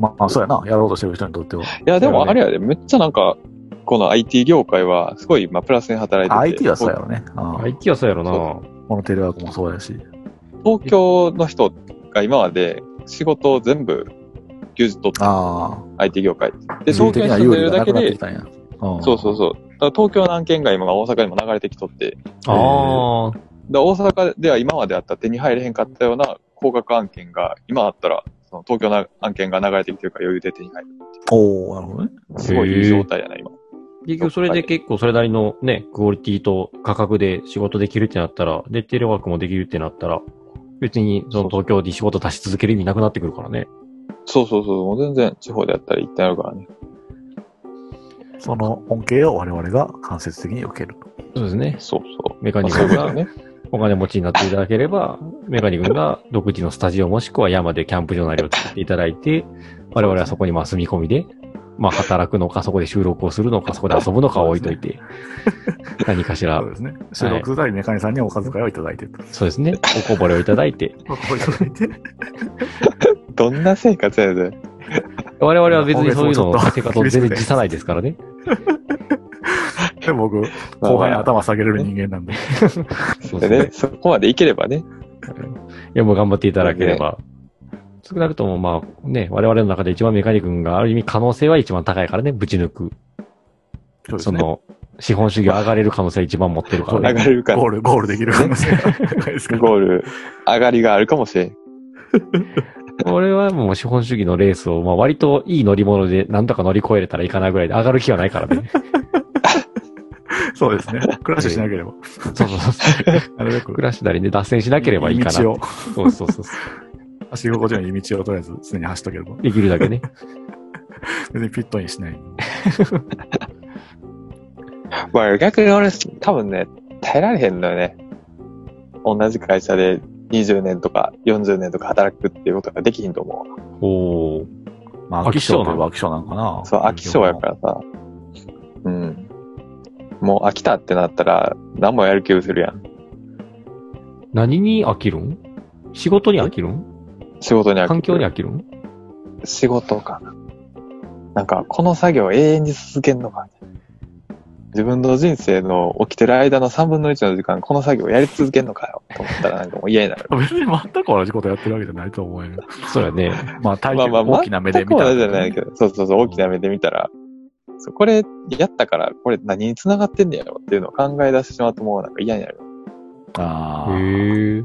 Speaker 3: まあ、そうやな。やろうとしてる人にとっては。
Speaker 4: いや、でもあれやで、めっちゃなんか、この IT 業界は、すごい、まあ、プラスに働いてて。
Speaker 3: IT はそうやろね。うん
Speaker 2: あ、一気はそうやろ
Speaker 4: そ
Speaker 2: な。
Speaker 3: このテレワークもそうやし。
Speaker 4: 東京の人が今まで仕事を全部牛耳取って
Speaker 3: ああ。
Speaker 4: た IT 業界。で、東京に住んでるだけで、
Speaker 3: たんや。うん
Speaker 4: そうそうそう。だから東京の案件が今大阪にも流れてきとって、だか
Speaker 2: ああ。
Speaker 4: ら大阪では今まであった手に入れへんかったような高額案件が、今あったら、その東京の案件が流れてきてるから余裕で手に入る。
Speaker 3: おおなるほどね。
Speaker 4: すごいいい状態やな、今。
Speaker 2: 結局それで結構それなりのね、クオリティと価格で仕事できるってなったら、で、テレワークもできるってなったら、別にその東京で仕事出し続ける意味なくなってくるからね。
Speaker 4: そうそうそう。もう全然地方でやったら行ってあるからね。
Speaker 3: その恩恵を我々が間接的に受けると。
Speaker 2: そうですね。
Speaker 4: そうそう。
Speaker 2: メカ
Speaker 4: まあ
Speaker 2: ニ
Speaker 4: そう
Speaker 2: ッ
Speaker 4: いう
Speaker 2: ク
Speaker 4: ことだよ
Speaker 2: が
Speaker 4: ね。
Speaker 2: お金持ちになっていただければ、メカニックが独自のスタジオもしくは山でキャンプ場なりを作っていただいて、我々はそこにまあ住み込みで、まあ働くのか、そこで収録をするのか、そこで遊ぶのかを置いといて、何かしら
Speaker 3: そう、ですね。収録するたびにメカニさんにお小遣いをいただいてと。
Speaker 2: そうですね、おこぼれをいただいて、
Speaker 3: お小遣いいただいて。
Speaker 4: どんな生活やで。
Speaker 2: 我々は別にそういうの
Speaker 3: いや
Speaker 2: 生活を全然辞さないですからね。
Speaker 3: で、僕、後輩に頭下げれる人間なんで。
Speaker 2: そう
Speaker 4: で
Speaker 2: ですね
Speaker 4: ね、。そこまで行ければね。
Speaker 2: いや、もう頑張っていただければ。少なくとも、まあ、ね、我々の中で一番メカニ君がある意味可能性は一番高いからね、ぶち抜く。
Speaker 3: そうです
Speaker 2: そ
Speaker 3: ね。
Speaker 2: の、資本主義上がれる可能性は一番持ってるから
Speaker 4: 上
Speaker 2: ね。
Speaker 4: がれるから
Speaker 3: ゴー。ル、ゴールできる可能性が高いですから。
Speaker 4: ゴール、上がりがあるかもしれん。
Speaker 2: 俺はもう資本主義のレースを、まあ割といい乗り物で何とか乗り越えれたらいいかなぐらいで上がる気はないから
Speaker 3: (laughs)
Speaker 2: ね。
Speaker 3: そうですね。クラッシュしなければ。
Speaker 2: そうそうそう。
Speaker 3: なるべく。
Speaker 2: クラッシュなりで脱線しなければいいかな。
Speaker 3: 道を。
Speaker 2: そうそうそうそう。
Speaker 3: 足心地のいい道をとりあえず常に走っとければ。
Speaker 2: できるだけね。
Speaker 3: 別にピットインしない。
Speaker 4: まあ逆に俺、多分ね、耐えられへんのよね。同じ会社で20年とか40年とか働くっていうことができひんと思う
Speaker 2: おー。
Speaker 3: まあ、
Speaker 2: 飽
Speaker 3: 飽
Speaker 2: き
Speaker 3: き
Speaker 2: 性
Speaker 3: 性
Speaker 2: な
Speaker 3: と
Speaker 2: の
Speaker 3: いえば飽き性なんかな。
Speaker 4: わ。そう、飽き性やからさ。うん。もう飽きたってなったら、何もやる気をするやん。
Speaker 2: 何に飽きるん仕事に飽きるん
Speaker 4: 仕事に飽き
Speaker 2: 環境に
Speaker 4: る
Speaker 2: 飽きるん
Speaker 4: 仕事かな。なんか、この作業永遠に続けんのか。自分の人生の起きてる間の3分の1の時間、この作業やり続けんのかよ。と思ったらなんかもう嫌に
Speaker 2: (laughs)
Speaker 4: なる。
Speaker 3: (laughs) 別に全く同じことやってるわけじゃないと思うよ。
Speaker 2: そうやね。
Speaker 3: まあ、大
Speaker 4: まあ
Speaker 3: 変
Speaker 4: まあ、
Speaker 3: 大きな目で見た
Speaker 4: 全く
Speaker 3: ら
Speaker 4: 同じじゃないけど、そうそうそう、大きな目で見たら、そうこれやったから、これ何に繋がってんねやろっていうのを考え出してしまうともうなんか嫌になる。
Speaker 3: ああ。
Speaker 2: へえ。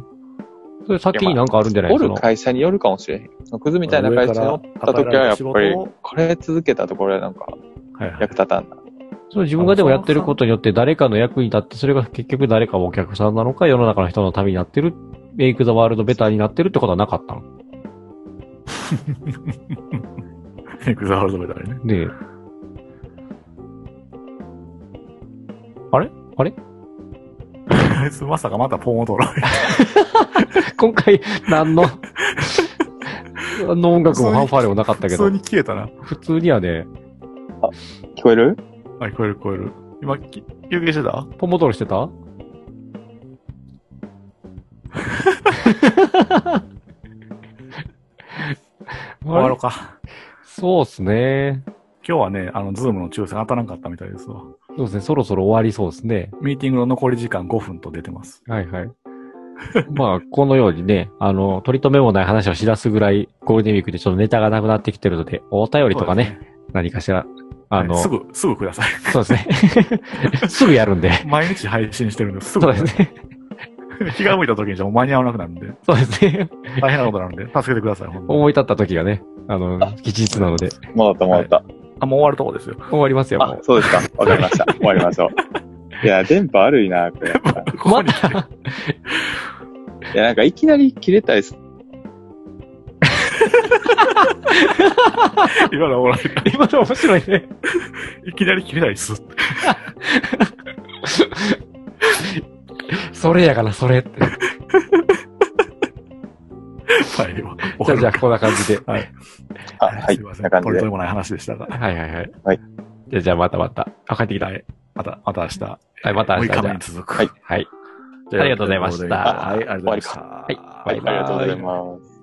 Speaker 2: それ先になんかあるんじゃない
Speaker 4: お
Speaker 2: そ
Speaker 4: る
Speaker 2: の
Speaker 4: 会社によるかもしれへん。クズみたいな会社におった時はやっぱり、これ続けたところでなんか
Speaker 3: はいはい
Speaker 4: 役立たんな。
Speaker 2: その自分がでもやってることによって誰かの役に立って、それが結局誰かお客さんなのか、世の中の人のためになってる、メイク・ザ・ワールド・ベターになってるってことはなかったの。
Speaker 3: (laughs) エクザワールドメダルね。
Speaker 2: で、あれあれ
Speaker 3: あいつまさかまたポンを取られる。
Speaker 2: 今回、何
Speaker 3: (laughs)
Speaker 2: の、何の音楽もファンファーレもなかったけ
Speaker 3: 普
Speaker 2: ど
Speaker 3: 通、に消えたな。あ、
Speaker 2: 普通にはね、
Speaker 4: 聞こえる
Speaker 3: 聞こえる聞こえる。今、き休憩してた
Speaker 2: ポンボトルしてた
Speaker 3: 終わろうか。
Speaker 2: そうっすね。
Speaker 3: 今日はね、あの、ズームの抽選当たらんかったみたいですわ。
Speaker 2: そうですね。そろそろ終わりそうですね。
Speaker 3: ミーティングの残り時間5分と出てます。
Speaker 2: はいはい。まあ、このようにね、あの、取り留めもない話をしだすぐらい、ゴールデンウィークでちょっとネタがなくなってきてるので、お便りとかね、
Speaker 3: そうです
Speaker 2: 何かしら、あの、
Speaker 3: はいすぐ、すぐください。
Speaker 2: そうですね。 (laughs) すぐやるんで。
Speaker 3: 毎日配信してるんです、
Speaker 2: そ
Speaker 3: すぐ
Speaker 2: うですね。
Speaker 3: (laughs) 気が向いた時にじゃもう間に合わなくなるんで、
Speaker 2: そうですね。 (laughs)
Speaker 3: 大変なことなんで、助けてください、ほんとに
Speaker 2: 思い立った時がね、あの、吉日なので、
Speaker 4: 戻った戻った。
Speaker 3: あ、もう終わるとこですよ。
Speaker 2: 終わりますよ、
Speaker 4: あ
Speaker 2: も、。
Speaker 4: そうですか。わかりました。終わりましょう。いや、電波悪いな、これ。いう
Speaker 2: 困った。
Speaker 4: や、なんかいきなり切れたりす
Speaker 3: (laughs) 今の終わら
Speaker 2: (laughs) 今の面白いね。
Speaker 3: い。いきなり切れないっす。
Speaker 2: それやから、それって。
Speaker 3: はい、終わる
Speaker 2: じゃあ、じゃあ、こんな感じで。
Speaker 3: はい。
Speaker 4: あ、は
Speaker 3: す
Speaker 4: い。
Speaker 3: い
Speaker 4: こ
Speaker 3: ま
Speaker 4: ん
Speaker 3: せん。取
Speaker 4: な感
Speaker 3: り
Speaker 4: じで
Speaker 3: 留。めもない話でしたが。
Speaker 2: はいはいはい。
Speaker 4: はい。
Speaker 2: じゃあ、じゃあ、またまた。あ、帰ってきた。
Speaker 3: は。
Speaker 2: はい、
Speaker 3: また、また明日。はい
Speaker 2: また明日。じ
Speaker 3: 6日
Speaker 2: ゃ
Speaker 3: 目
Speaker 2: あ
Speaker 3: に続く。
Speaker 4: はい
Speaker 2: はい。
Speaker 3: じゃ
Speaker 2: ありがとうございました
Speaker 3: はい、ありがとうございました。
Speaker 2: はい終わりか
Speaker 4: はい、ありがとうございます。